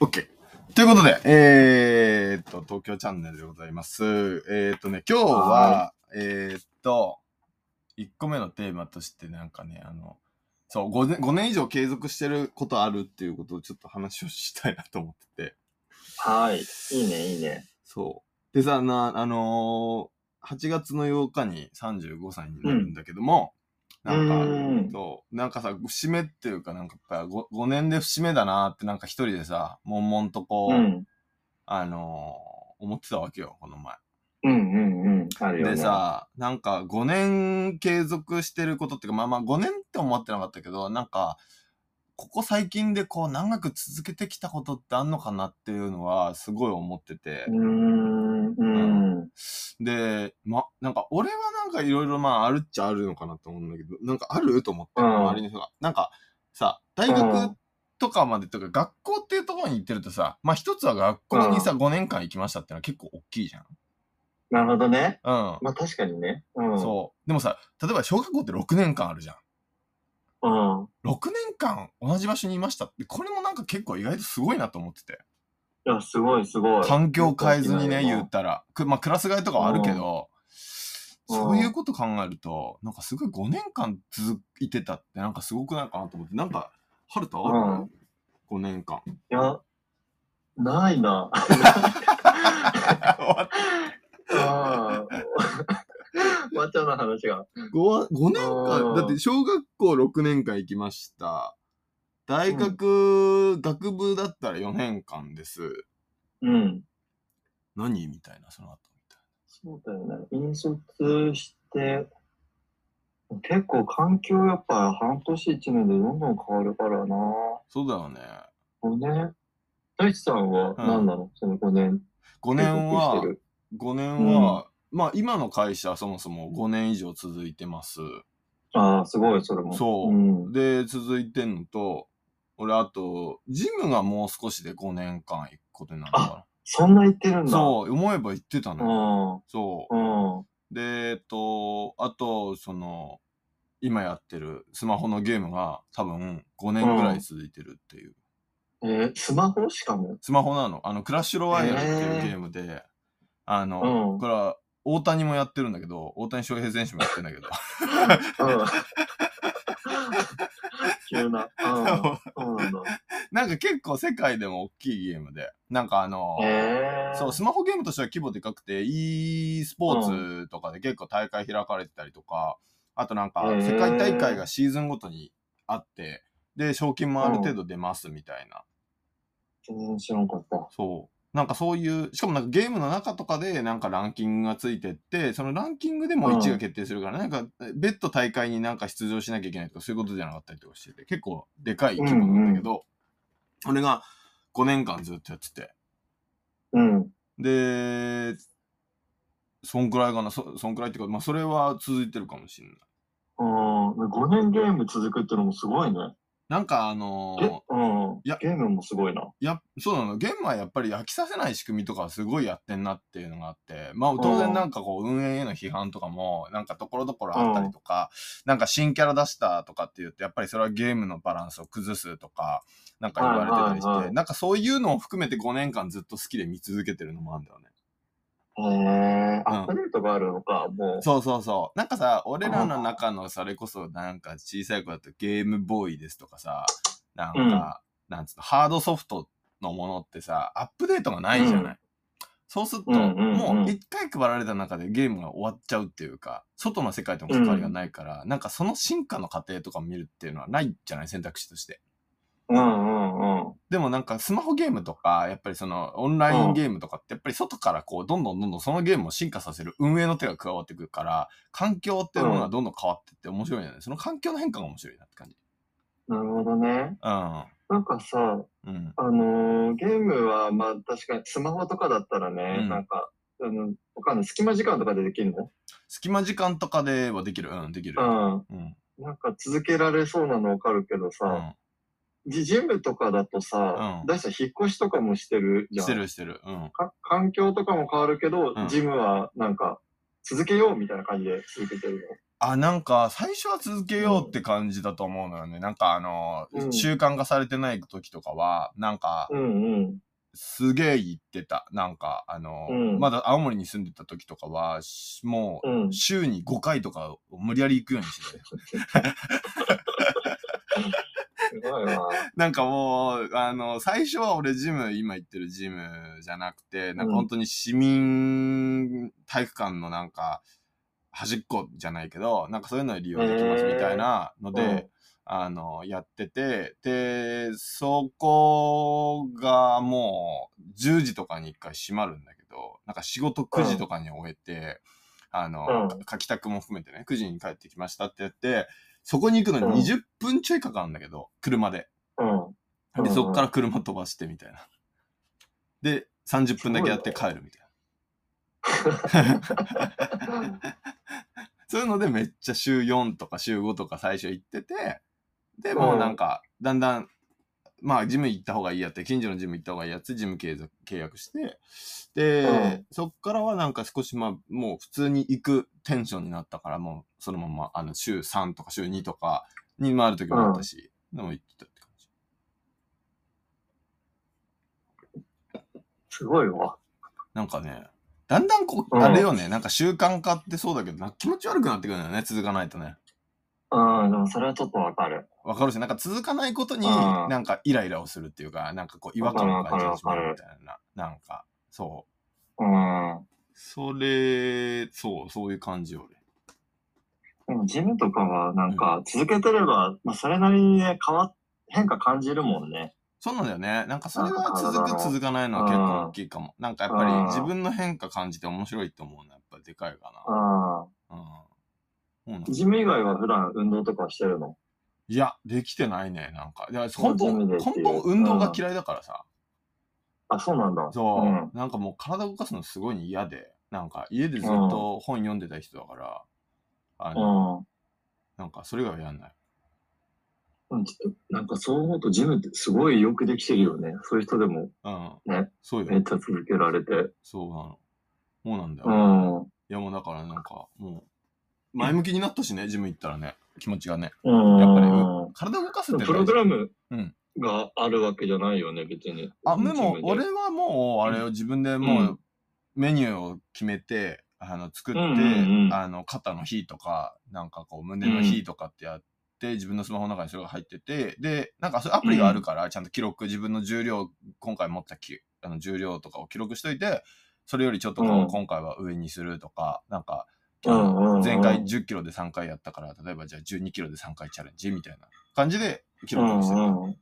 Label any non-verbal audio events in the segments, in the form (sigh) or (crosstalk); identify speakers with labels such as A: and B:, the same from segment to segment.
A: OK。ということで、えー、っと、東京チャンネルでございます。えー、っとね、今日は、えー、っと、1個目のテーマとしてなんかね、あの、そう5年、5年以上継続してることあるっていうことをちょっと話をしたいなと思ってて。
B: はい。いいね、いいね。
A: そう。でさ、な、あのー8月の8日に35歳になるんだけども、
B: う
A: なん
B: ん
A: か、そう、なんかさ、節目っていうか、なんかやっぱ 5, 5年で節目だなって、なんか一人でさ、悶々とこ
B: う
A: う、
B: ん。
A: あのー思ってたわけよ、この前。
B: うんうんうん。あるよね。
A: で、さ、なんか5年継続してることっていうか、まあまあ5年って思ってなかったけど、なんか、ここ最近でこう長く続けてきたことってあんのかなっていうのはすごい思ってて
B: うー。ん、うん。
A: で、ま、なんか俺はなんかいろいろまああるっちゃあるのかなと思うんだけど、なんかあると思って、
B: うん
A: 周りの人が。なんかさ、大学とかまでとか学校っていうところに行ってるとさ、まあ一つは学校にさ5年間行きましたってのは結構大きいじゃん。
B: なるほどね。
A: うん。
B: まあ確かにね。うん。
A: そう。でもさ、例えば小学校って6年間あるじゃん。
B: う。うん。
A: 6年間同じ場所にいましたって、これもなんか結構意外とすごいなと思ってて。
B: いや、すごい、すごい。
A: 環境を変えずにね、言っ
B: う。
A: たら。くまあ、クラス替えとかはあるけど、
B: うん
A: そういうこと考えると、なんかすごい5年間続いてたって、なんかすごくないかなと思って、なんか、春田ある、?5 年
B: (laughs)
A: 間。
B: いや、ないな。あ
A: (laughs)
B: あ。まっちゃんの話が。
A: 5, 5年間
B: うん
A: だって小学校6年間行きました大学、学部だったら4年間です
B: うん。
A: 何みたいなその後みたい
B: そうだよね。引率して、結構環境やっぱ半年一年でどんどん変わるからな。
A: なそうだよね
B: 5年。大地さんは何なの、その5年。
A: 5年
B: 継
A: は
B: 続してる
A: 5年は、まあ今の会社はそもそも5年以上続いてます
B: ああ、すごい、それも。
A: そう
B: うん。
A: で続いてんのと俺あとジムがもう少しで5年間行くことになるか
B: そんな言ってる
A: ら
B: んだ。
A: そう思えば行ってた
B: う
A: の、
B: ん。う。
A: そうんで、えっと、あと、その、今やってるスマホのゲームが多分5年ぐらい続いてるっていう。
B: えー、スマホしかも。
A: スマホなの。あの、クラッシュロワイヤルって
B: へ
A: いう
B: ー
A: ゲームで、あの、
B: うん
A: これは大谷もやってるんだけど、大谷翔平選手もやってるんだけど、 (laughs)
B: うん。 (laughs) 急な。うん。そうなんだ。
A: なんか結構世界でも大きいゲームで、なんかあの、
B: えー。
A: そう、スマホゲームとしては規模でかくて、e スポーツとかで結構大会開かれてたりとか、あとなんか
B: へ、ー
A: 世界大会がシーズンごとにあって、で、賞金もある程度出ますみたいな。
B: 全然知らんかった。
A: そう。なんかそういう、しかもなんかゲームの中とかでなんかランキングがついてって、そのランキングでも1位が決定するから、なんか別途大会になんか出場しなきゃいけないとかそういうことじゃなかったりとかしてて、結構でかい規模なんだけど、それが5年間ずっとやってて。
B: うん。
A: で、そんくらいかな、そそんくらいっていうか、まあ、それは続いてるかもしれない。
B: うん、5年ゲーム続くってのもすごいね。
A: なんかあ
B: え
A: の
B: うん。
A: いや
B: ゲームもすごいな。
A: ーや、そうなの、ゲームはやっぱり飽きさせない仕組みとかはすごいやってんなっていうのがあって、まあ当然なんかこう運営への批判とかも、なんかところどころあったりとか、なんか新キャラ出したとかって言って、やっぱりそれはゲームのバランスを崩すとか、なんか言われてたりして、
B: はいはいはい
A: なんかそういうのを含めて5年間ずっと好きで見続けてるのもあるんだよね。
B: へえ。
A: うん
B: アップデートがあるのか、も
A: そうそうそう。なんかさ、俺らの中のそれこそなんか小さい子だとゲームボーイですとかさ、なんか、なんつうの、ハードソフトのものってさ、アップデートがないじゃない。
B: う
A: そうすると、
B: うんうんうん
A: もう一回配られた中でゲームが終わっちゃうっていうか、外の世界との関わりがないから、なんかその進化の過程とか見るっていうのはないじゃない、選択肢として。
B: う。うんうんうん。
A: でもなんかスマホゲームとか、やっぱりそのオンラインゲームとかって、やっぱり外からこう、どんどんどんどんそのゲームを進化させる運営の手が加わってくるから、環境っていうものがどんどん変わってって面白いよね。その環境の変化が面白いなって感じ。
B: なるほどね。
A: う
B: なんかさ、
A: ん。うん。
B: あのーゲームは、まあ確かにスマホとかだったらね、
A: うん
B: なんか、あの、わかんない。隙間時間とかでできるの
A: 隙間時間とかではできる。うん、できる。
B: うん。
A: うん。
B: なんか続けられそうなのわかるけど
A: う
B: さ、
A: ん。
B: ジジムとかだとさ
A: う、ん
B: だしさ引っ越しとかもしてるじゃん。
A: してるしてる。うん。
B: か環境とかも変わるけど、
A: うん
B: ジムはなんか続けようみたいな感じで続けてる
A: あ、なんか、最初は続けようって感じだと思うのよね。なんか、あの、
B: うん
A: 習慣化されてない時とかは、なんか、
B: うんうん。
A: すげえ行ってた。なんか、あの、
B: うん
A: まだ青森に住んでた時とかは、しもう、
B: うん。
A: 週に5回とかを無理やり行くようにしてたよ。
B: すごいわ。
A: (laughs) なんかもう、あの、最初は俺ジム、今行ってるジムじゃなくて、なん
B: う
A: か
B: ん
A: 本当に市民体育館のなんか、端っこじゃないけど、なんかそういうのに利用できますみたいなので、
B: うん
A: あの、やってて、で、そこがもう、10時とかに一回閉まるんだけど、なんか仕事9時とかに終えて、あの、
B: うん
A: 書き宅も含めてね、9時に帰ってきましたってやって、そこに行くのに20分ちょいかかるんだけど、車で。
B: うん。
A: で、
B: うん
A: そっから車飛ばしてみたいな。で、30分だけやって帰るみたいな。そういうのでめっちゃ週4とか週5とか最初行ってて、で、もうなんか、だんだん、まあ、ジム行った方がいいやって、近所のジム行った方がいいやって、ジム契約契約して、で、
B: うん
A: そっからはなんか少しまあ、もう普通に行くテンションになったから、もうそのまま、あの、週3とか週2とかに回る時もあったし、でも行ってたって感じ。
B: すごいわ。
A: なんかね、だんだんこう、
B: うん
A: あれよね、なんか習慣化ってそうだけど、なんか気持ち悪くなってくるんだよね、続かないとね。
B: うん、でもそれはちょっとわかる。
A: わかるし、なんか続かないことに、
B: うん
A: なんかイライラをするっていうか、なんかこう違和感を感じてしまうみたいな、なんか、そう。
B: うん。
A: それ、そう、そういう感じよ、
B: でもジムとかはなんか続けてれば、まあ、それなりにね変わっ変化感じるもんね。
A: そうなんだよね。なんかそれ
B: なん
A: は
B: か
A: 続
B: 体
A: く
B: の
A: 続かないのは結構大きいかも。なんかやっぱり
B: うん
A: 自分の変化感じて面白いと思うのはやっぱでかいか
B: う
A: な。う
B: ん。
A: ん。そうなんだ
B: ジム以外は普段運動とかしてるの
A: いや、できてないね、なんか。いや根
B: ジ
A: 本、
B: ムで
A: 根
B: っていう
A: 本運動が嫌いだからさ。
B: あ、そうなんだ。
A: そう、
B: ん。
A: なんかもう体動かすのすごい嫌で、なんか家でずっと本読んでた人だから、あの、
B: うん。
A: なんかそれ以外はやんない。
B: うんちょっとなんかそう思うとジムってすごいよくできてるよね。そういう人でも
A: うん。
B: ね
A: そうよ
B: めっ。ちゃ続けられて。
A: そうなの。そうなんだよ。
B: う
A: い
B: ん。
A: やもうだからなんか、もう、前向きになったしね、ジム行ったらね、気持ちがね。
B: うん。
A: やっぱりう体動かすって
B: プログラム
A: うん
B: があるわけじゃないよね、別に。
A: あ、でも
B: ジム、
A: 俺はもう、あれを自分でもう、
B: うん
A: メニューを決めて、あの、作って、
B: うんうんうん
A: あの、肩の日とか、なんかこう、胸の日とかってやって、自分のスマホの中にそれが入ってて、で、なんかそういうアプリがあるから、ちゃんと記録、自分の重量、今回持ったきあの重量とかを記録しといて、それよりちょっとこう、
B: うん
A: 今回は上にするとか、なんか、あ
B: う
A: の
B: んうんうん
A: 前回10キロで3回やったから、例えばじゃあ12キロで3回チャレンジみたいな感じで記録をしてた。
B: うんうんい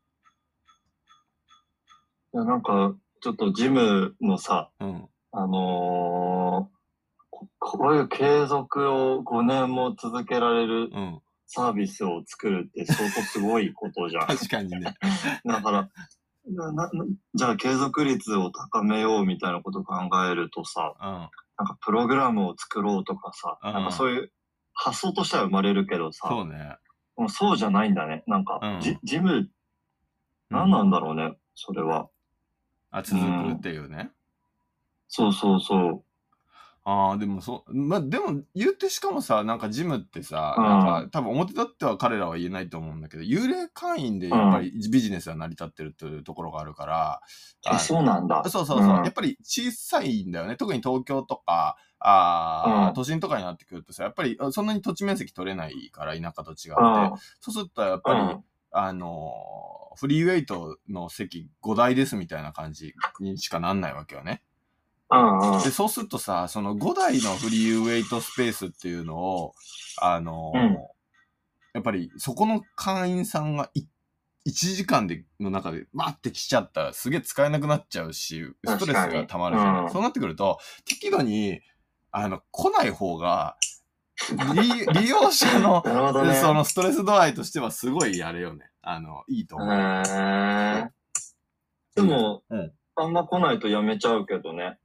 B: やなんか、ちょっとジムのさ、
A: うん。
B: あのーここういう継続を5年も続けられる
A: うん。
B: サービスを作るって相当すごいことじゃん。
A: 確かにね。
B: だから、ななじゃあ継続率を高めようみたいなことを考えるとさ、
A: うん。
B: なんかプログラムを作ろうとかさ、
A: うん
B: なんかそういう発想としては生まれるけどさ、
A: そうね。
B: もうそうじゃないんだね。なんか、
A: うん
B: ジジム、何なんだろうね、それは。
A: あ、続くっていうね。
B: そうそうそう。
A: ああ、でもそう、まあでも言ってしかもさ、なんかジムってさ、
B: うん
A: なんか多分表立っては彼らは言えないと思うんだけど、幽霊会員でやっぱりビジネスは成り立ってるというところがあるから、
B: え、
A: あ
B: そうなんだ。
A: そうそうそう、
B: う
A: や
B: ん
A: っぱり小さいんだよね。特に東京とか、あー
B: うん
A: 都心とかになってくるとさ、やっぱりあそんなに土地面積取れないから、田舎と違
B: うん
A: って。そうするとやっぱり、あのーフリーウェイトの席5台ですみたいな感じにしかなんないわけよね。
B: うんうん
A: で、そうするとさ、その5台のフリーウェイトスペースっていうのを、あのー
B: うん
A: やっぱりそこの会員さんがい1時間での中でバーって来ちゃったらすげえ使えなくなっちゃうし、ストレスが溜まるじゃ
B: 確か
A: ん。
B: にうん
A: そうなってくると、適度に、あの、来ない方が、利利用者
B: (laughs)
A: の、
B: なるほどね。
A: そのストレス度合いとしてはすごいあれよね。あの、いいと
B: へ
A: 思う。
B: ーでも、
A: うん
B: あんま来ないとやめちゃうけどね。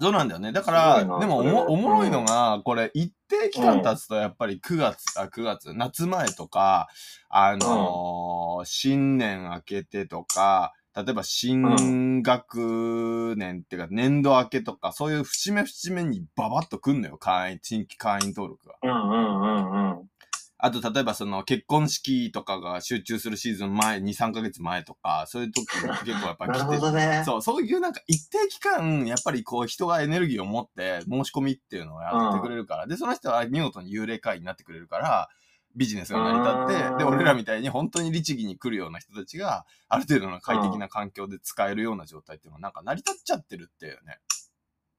A: そうなんだよね。だか
B: すご
A: ら、
B: いな
A: でもお
B: それ
A: も
B: は
A: おもろいのが、これ、一定期間経つと、やっぱり9月、あ、9月、夏前とか、あのー新年明けてとか、例えば新学年っていうか、年度明けとか、そういう節目節目にババッとくんのよ、会員、新規会員登録が。
B: うんうんうんうん。
A: あと、例えばその結婚式とかが集中するシーズン前、2、3ヶ月前とか、そういう時も結構やっぱ
B: (laughs) なる
A: 来
B: ほ
A: て
B: どね。
A: そう、そういうなんか一定期間、やっぱりこう人がエネルギーを持って申し込みっていうのをやってくれるから、で、その人は見事に幽霊会員になってくれるから、ビジネスが成り立って、で、
B: あー
A: 俺らみたいに本当に律儀に来るような人たちが、ある程度の快適な環境で使えるような状態っていうのは、なんか成り立っちゃってるっていうね。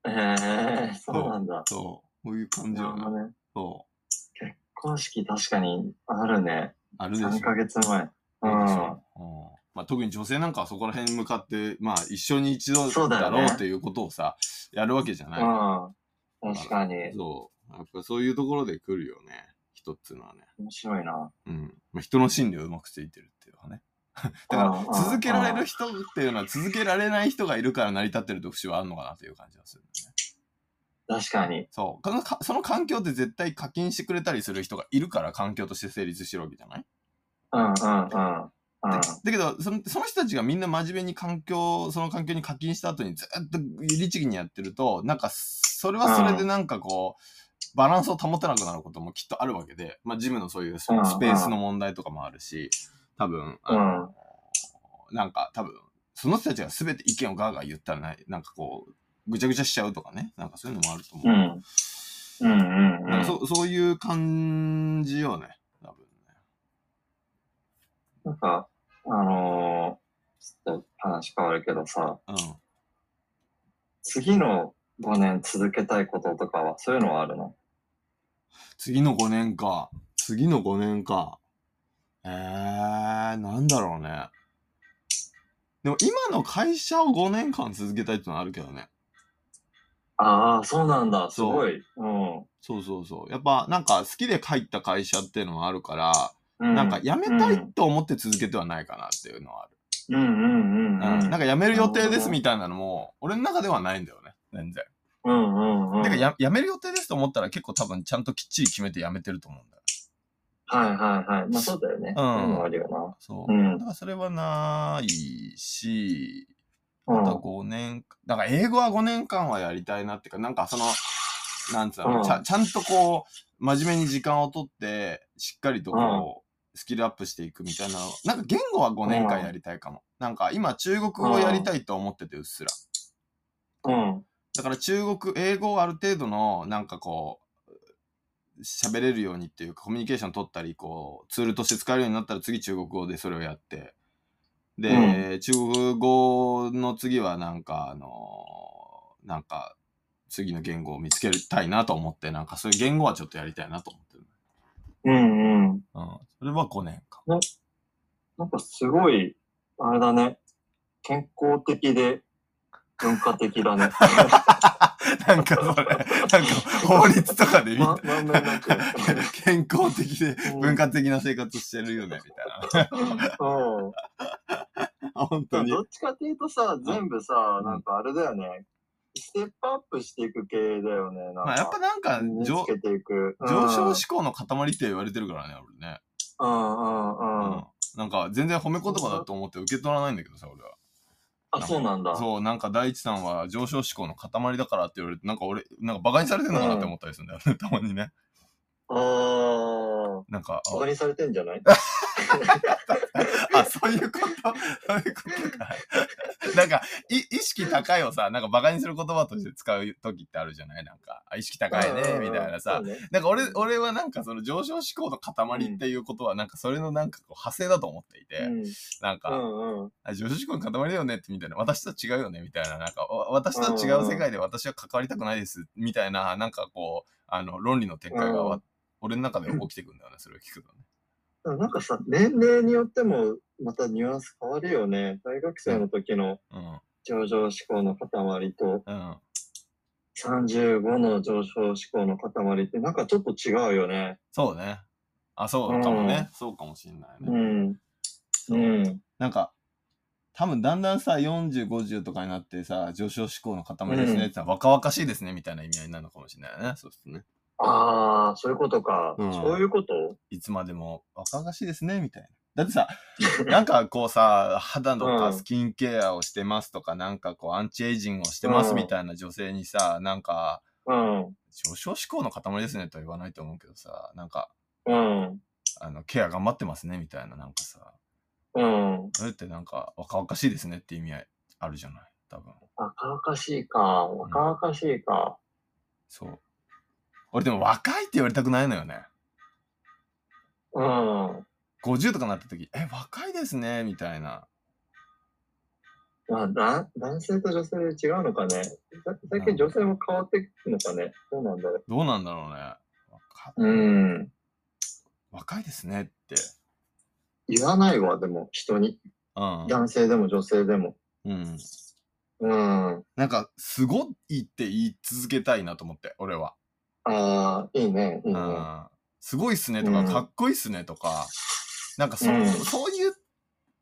B: へえ、そうなんだ。
A: そう。こういう感じ
B: なる
A: よ
B: ほ
A: ね。
B: どね。
A: そう。
B: 結婚式確かにあるね。
A: あるでしょ。
B: 3ヶ月前。う
A: そうでし
B: ん
A: ょ。うんまあ、特に女性なんかはそこら辺に向かって、まあ、一緒に一度
B: そうだ
A: だ
B: よね
A: ろうっていうことをさ、やるわけじゃない。
B: うん。確かに。
A: そう。やっぱそういうところで来るよね。人っつうのはね。
B: 面白いな。
A: うん。まあ、人の心理をうまくついてるっていうのはね。 (laughs) だか
B: うん
A: ら、続けられる人っていうのは続けられない人がいるから成り立ってると節はあるのかなという感じがするんだよね。
B: 確かに。
A: そうかか。その環境って絶対課金してくれたりする人がいるから環境として成立してるわけじゃない
B: うんうんうん。うん
A: だだけどその、その人たちがみんな真面目に環境、その環境に課金した後にずっと律儀にやってると、なんか、それはそれでなんかこう、バランスを保てなくなることもきっとあるわけで、まあジムのそういうス
B: うん
A: スペースの問題とかもあるし、多分、あのなんか多分、その人たちが全て意見をガーガー言ったらない、なんかこう、ぐちゃぐちゃしちゃうとかね、なんかそういうのもあると思う。
B: うん。うんうんう
A: なん
B: ん
A: か。そそういう感じよね、多分ね。
B: なんか、あのーちょっと話変わるけどさ、
A: うん。
B: 次の5年続けたいこととかは、そういうのはあるの
A: 次の5年か。次の5年か。えー、なんだろうね。でも今の会社を5年間続けたいってのはあるけどね。
B: ああ、そうなんだ。す
A: そう
B: ごい。うん。う
A: そうそうそう。やっぱなんか好きで入った会社っていうのはあるから、
B: ん
A: なんか辞めた
B: う
A: い
B: ん
A: と思って続けてはないかなっていうのはある。
B: うんうんうん。
A: うん、なん
B: か、
A: か辞める予定で
B: なるほ
A: す
B: ど
A: みたいなのも、俺の中ではないんだよね。全然。
B: うんうんうん。
A: てかや辞める予定ですと思ったら結構多分ちゃんときっちり決めて辞めてると思うんだよ。
B: はいはいはい。まあそうだよね。
A: うん
B: そういうのあるよ
A: そう。
B: な。うん
A: だ。からそれはないし、
B: うん
A: あと5年、だから英語は5年間はやりたいなっていうか、なんかその、なんつう
B: う
A: の、
B: ん
A: ちゃちゃんとこう、真面目に時間をとって、しっかりとこう、スキルアップしていくみたいなの、なんか言語は5年間やりたいかも。なんか今中国語をやりたいと思っててうっすら。
B: うん。
A: だから中国、英語をある程度の、なんかこう、喋れるようにっていうか、コミュニケーション取ったり、こう、ツールとして使えるようになったら次中国語でそれをやって。で、中国語の次はなんか、あのーなんか、次の言語を見つけたいなと思って、なんかそういう言語はちょっとやりたいなと思ってる。
B: うんうん。
A: うん。それは5年か。 (laughs)
B: なんかすごい、あれだね。健康的で、文化的だ (laughs) ね。
A: なんかそれ、なんか法律とかで見
B: ま
A: た、
B: まんべんなく。
A: (laughs) 健康的で
B: うん
A: 文化的な生活してるよね、みたいな。
B: うん。
A: (laughs) 本当に。
B: どっちかっていうとさ、全部さ、
A: うん
B: なんかあれだよね。ステップアップしていく系だよね。なんか、
A: まあやっぱなんか
B: 身に
A: 上
B: つけていく。うん
A: 上昇志向の塊って言われてるからね、俺ね。
B: うんう
A: う
B: んうん。
A: ん。なんか全然褒め言葉だと思って受け取らないんだけどさ、俺は。
B: あ、そうなんだ。
A: そう、なんか大地さんは上昇志向の塊だからって言われて、なんか俺、なんか馬鹿にされてんのかなって思ったりするんだよ
B: (laughs)
A: ね、たまにね。
B: ああ。
A: なんか、
B: バカにされてんじゃない
A: あ、あそういうこと、 (laughs) そういうことか。なんかい、意識高いをさ、なんか馬鹿にする言葉として使う時ってあるじゃないなんか、あ意識高いね、みたいなさ
B: うん。うんうん。そうね
A: なんか俺、俺はなんかその上昇志向の塊っていうことは、なんかそれのなんかこう派生だと思っていて、なん
B: う
A: か、
B: んうんうん。
A: あ女子志向の塊だよねってみたいな、私とは違うよねみたいな、なんか、わ私とは違う世界で私は関わりたくないですみたいな、なんかこう、あの、論理の展開がわ、
B: う
A: 俺の中で起きてくんだよね、それを聞くとね。
B: でもなんかさ、年齢によっても、またニュアンス変わるよね。大学生の時の上昇志向の塊と、
A: うん、うん。
B: 35の上昇志向の塊ってなんかちょっと違うよね。
A: そうね。あ、そうかもね。そうかもしんないうね。
B: ん。うん。
A: なんか、多分だんだんさ、40、50とかになってさ、上昇志向の塊ですねってさ、若々しいですねみたいな意味合いになるのかもしれないよね。そうですね。
B: ああ、そういうことか。
A: うん
B: そういうこと
A: いつまでも若々しいですねみたいな。だってさ、 (laughs) なんかこうさ、肌とか
B: うん
A: スキンケアをしてますとか、なんかこうアンチエイジングをしてます
B: うん
A: みたいな女性にさ、なんか、
B: うん。
A: 上昇志向の塊ですねとは言わないと思うけどさ、なんか、
B: うん。
A: あの、ケア頑張ってますね、みたいな、なんかさ、
B: うん。
A: それってなんか、若々しいですねって意味合いあるじゃない多分。
B: 若々しいか。若々しいか。
A: そう。俺でも若いって言われたくないのよね。
B: うん。
A: 50とかなった時、え、若いですね、みたいな。
B: まあ、な男性と女性で違うのかね。さ最近女性も変わっていくのかね。どうなんだろう。
A: どうなんだろうね。若
B: うん。
A: 若いですねって。
B: 言わないわ、でも、人に。
A: うん。
B: 男性でも女性でも。
A: うん。
B: うん。あ
A: なんか、すごいって言い続けたいなと思って、俺は。
B: あー、いいね、いいうね。
A: ん。すごいっすねとか、
B: うん
A: かっこいいっすねとか、なんかそ、
B: うん
A: そういう、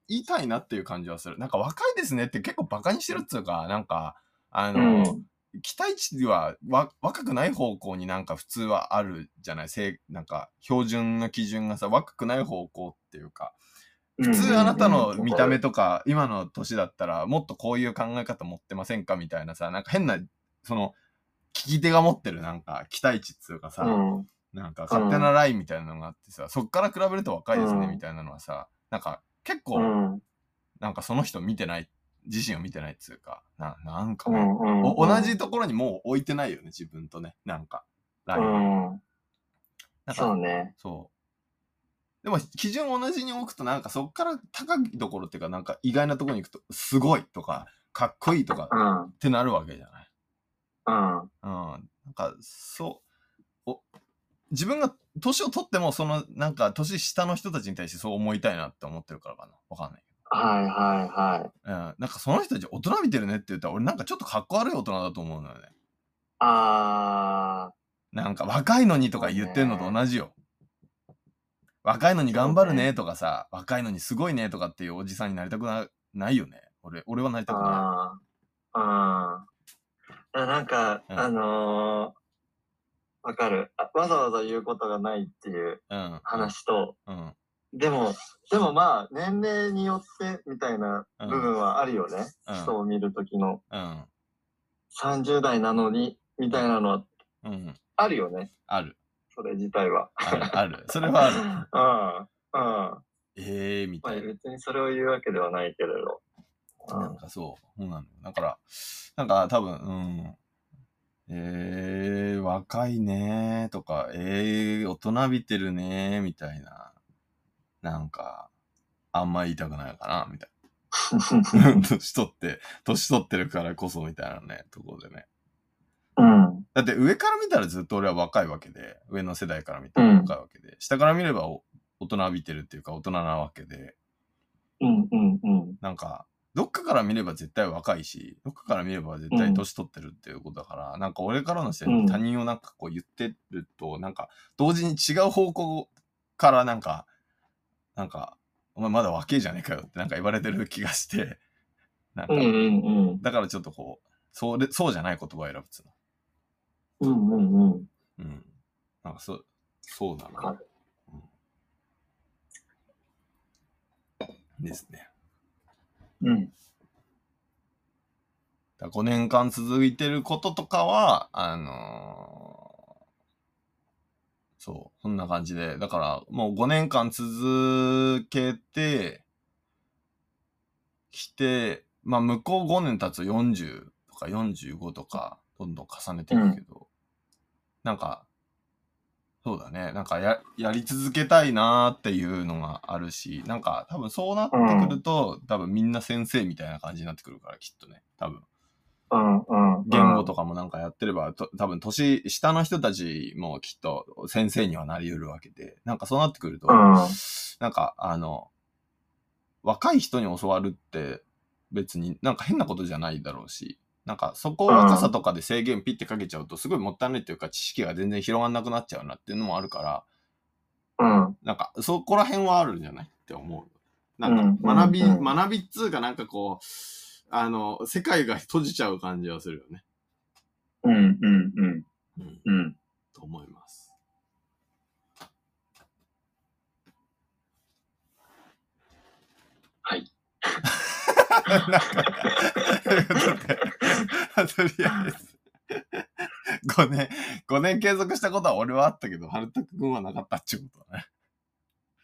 A: 言いたいなっていう感じはする。なんか若いですねって結構バカにしてるっつうか、なんか、あの、期待値はわ若くない方向になんか普通はあるじゃないせいなんか標準の基準がさ若くない方向っていうか
B: 普
A: 普通あなたの見た目
B: と
A: とか今の年だったらもっとこういう考え方持ってませんかみたいなさなんか変なその聞き手が持ってるなんか期待値っつうかさ、
B: うん。
A: なんか勝手なラインみたいなのがあってさそっから比べると若いですね
B: うん
A: みたいなのはさなんか結
B: う
A: 構
B: ん。
A: なんかその人見てない自身を見てないっつうかななんか
B: う。
A: もうん
B: うん
A: お同じところにもう置いてないよね、自分とね。なんか。ライ
B: う
A: ンを
B: ん。
A: なん
B: そう
A: か
B: ね。
A: そう。でも、基準を同じに置くと、なんかそっから高いところっていうか、なんか意外なところに行くと、すごいとか、かっこいいとか
B: う
A: っ
B: ん。うん。
A: てなるわけじゃない。う
B: あ
A: ん。なんか、そう。お自分が年を取っても、その、なんか、年下の人たちに対してそう思いたいなって思ってるからかな。わかんないけ
B: はいはいはい。
A: ど。うん。なんか、その人たち大人見てるねって言ったら、俺なんかちょっとかっこ悪い大人だと思うのよね。
B: あ
A: なんか若いのにとか言ってんのと同じよ。若いのに頑張るねとかさ、若いのにすごいねとかっていうおじさんになりたくなないよね。俺、俺はなり
B: ー。
A: たくな
B: ああ。ああ。なんか、
A: うん
B: あのー、わかるあわざわざ言うことがないっていう
A: い。うん。
B: 話と、
A: うん。
B: でも、でもまあ、年齢によってみたいな部分はあるよね。
A: うん
B: 人を見るときの
A: うん。
B: 30代なのに、みたいなのは
A: うん。
B: あるよね。
A: ある。
B: それ自体は。
A: ある。あ
B: (laughs)
A: る。それはある。
B: うん。うん。
A: ええみ
B: ま
A: た
B: あ
A: いな。
B: 別にそれを言うわけではないけれど。
A: なんかそう。そうなのよ。だから、なんか多分、うん。ええ若いねとか、ええ大人びてるねみたいな。なんか、あんま言いたくないかな、みたいな。 (laughs) 年取って、年取ってるからこそみたいなね、ところでね。 (laughs)
B: うん。
A: だって上から見たらずっと俺は若いわけで、上の世代から見たら若いわけで、下から見ればお大人びてるっていうか大人なわけで、
B: うんうんうん。
A: なんか、どっかから見れば絶対若いし、どっかから見れば絶対年取ってるっていうことだから、なんか俺からの視点
B: うん
A: に他人をなんかこう言ってると、なんか同時に違う方向からなんか、なんか、お前まだ若えじゃねえかよってなんか言われてる気がして、なんか、
B: うんうん
A: だからちょっとこう、それそうじゃない言葉を選ぶっつう
B: うん。うんうんうん。
A: の。うん。なんかそ、そうだ
B: は
A: な。ですね。
B: うん。
A: だ5年間続いてることとかは、あのーそう、そんな感じで。だから、もう5年間続けて、きて、まあ、向こう5年経つと40とか45とか、どんどん重ねていくけど、なんか、そうだね。なんかや、やり続けたいなーっていうのがあるし、なんか、多分そうなってくると、多分みんな先生みたいな感じになってくるから、きっとね。多分。
B: うんうん。
A: 言語とかもなんかやってれば、と多分年下の人たちもきっと先生にはなり得るわけで、なんかそうなってくると、
B: うん
A: なんかあの、若い人に教わるって別になんか変なことじゃないだろうし、なんかそこを若さとかで制限ピッてかけちゃうとすごいもったいないっていうか知識が全然広がんなくなっちゃうなっていうのもあるから、
B: うん。
A: なんかそこら辺はあるんじゃないって思う。なんか
B: うん
A: 学び、
B: うんうん
A: 学びっつうかなんかこう、あの、世界が閉じちゃう感じはするよね。
B: うんうんうん。
A: うん
B: うん。
A: と思います。
B: はい。
A: なんかということでとりあえず。5年、5年継続したことは俺はあったけど、はるたくんはなかったっちゅうことだね。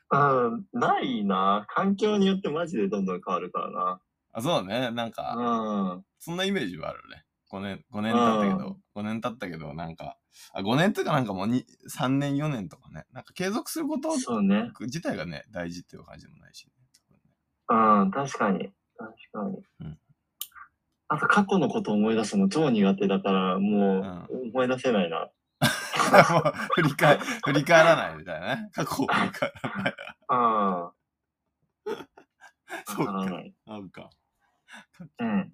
B: うん、ないな。環境によってマジでどんどん変わるからな。
A: あ、そうね。なんか、
B: うん。
A: そんなイメージはあるね。5年、5年経ったけど、5年経ったけど、なんか、あ、5年とかなんかもうに3年、4年とかね。なんか継続すること
B: そうね。
A: 自体がね、大事っていう感じでもないし、ね。
B: うん、確かに。確かに。
A: うん
B: あと過去のことを思い出すの超苦手だから、もう思い出せないな。
A: (laughs) もう振り返、振り返らないみたいなね。過去を振り返らない。
B: ああ、 (laughs)
A: そう
B: わか
A: か。
B: らない。
A: (laughs) なんか。
B: うん。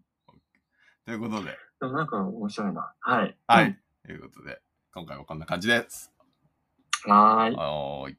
A: ということで、
B: でもなんか面白いな。はい。
A: はい。ということで、今回はこんな感じです。
B: はーい。
A: はーい。